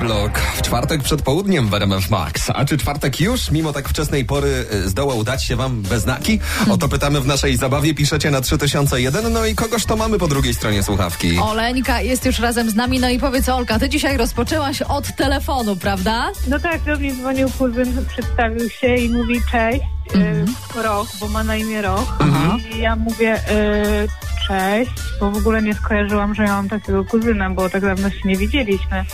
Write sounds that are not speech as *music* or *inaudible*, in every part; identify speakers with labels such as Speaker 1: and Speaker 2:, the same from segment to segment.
Speaker 1: Blok. W czwartek przed południem w RMF Max. A czy czwartek już, mimo tak wczesnej pory, y, zdoła udać się wam bez znaki? O to pytamy w naszej zabawie. Piszecie na 3001. No i kogoż to mamy po drugiej stronie słuchawki?
Speaker 2: Oleńka jest już razem z nami. No i powiedz, Olka, ty dzisiaj rozpoczęłaś od telefonu, prawda?
Speaker 3: No tak, do mnie dzwonił kuzyn, przedstawił się i mówi cześć, e, Roch, bo ma na imię Roch. I ja mówię e, cześć, bo w ogóle nie skojarzyłam, że ja mam takiego kuzyna, bo tak dawno się nie widzieliśmy.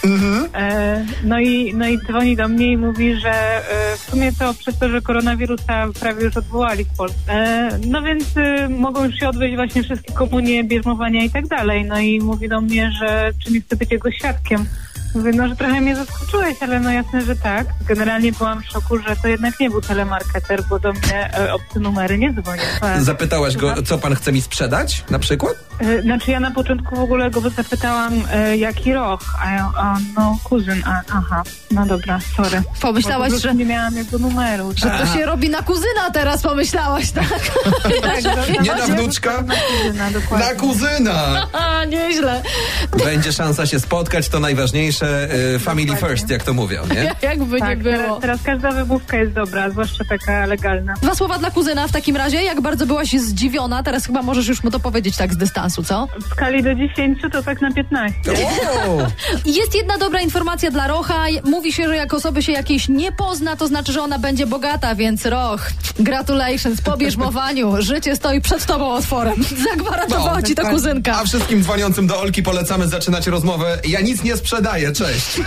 Speaker 3: E, no, i, no i dzwoni do mnie i mówi, że e, w sumie to przez to, że koronawirusa prawie już odwołali w Polsce. E, no więc e, mogą już się odbyć właśnie wszystkie komunie, bierzmowania i tak dalej. No i mówi do mnie, że czy nie chcę być jego świadkiem. Mówię, no, że trochę mnie zaskoczyłeś, ale no jasne, że tak. Generalnie byłam w szoku, że to jednak nie był telemarketer, bo do mnie e, obcy numery nie dzwonił. E,
Speaker 1: Zapytałaś go, co pan chce mi sprzedać? Na przykład?
Speaker 3: e, znaczy ja na początku w ogóle go zapytałam, e, jaki rok, a, ja- a no kuzyn, a, aha, no dobra, sorry.
Speaker 2: Pomyślałaś,
Speaker 3: Bo po prostu
Speaker 2: że,
Speaker 3: Nie miałam jego numeru.
Speaker 2: że to się robi na kuzyna teraz, pomyślałaś, tak? *laughs*
Speaker 3: tak, że-
Speaker 1: Nie na wnuczka?
Speaker 3: Na kuzyna, dokładnie.
Speaker 1: Na kuzyna!
Speaker 2: A, nieźle. *laughs*
Speaker 1: Będzie szansa się spotkać, to najważniejsze. y, Family first, jak to mówią, nie?
Speaker 2: Jakby nie
Speaker 3: tak, teraz,
Speaker 2: było.
Speaker 3: teraz każda wymówka jest dobra, zwłaszcza taka legalna.
Speaker 2: Dwa słowa dla kuzyna w takim razie. Jak bardzo byłaś zdziwiona, teraz chyba możesz już mu to powiedzieć tak z dystansu, co?
Speaker 3: W skali do 10 to tak na 15.
Speaker 1: Wow.
Speaker 2: I Jest jedna dobra informacja dla Rocha. Mówi się, że jak osoby się jakiejś nie pozna, to znaczy, że ona będzie bogata, więc Roch, gratulations, po bierzmowaniu. Życie stoi przed tobą otworem. *laughs* Zagwarantowała
Speaker 1: No,
Speaker 2: ci to kuzynka.
Speaker 1: A wszystkim dzwoniącym do Olki polecamy zaczynać rozmowę. Ja nic nie sprzedaję, cześć.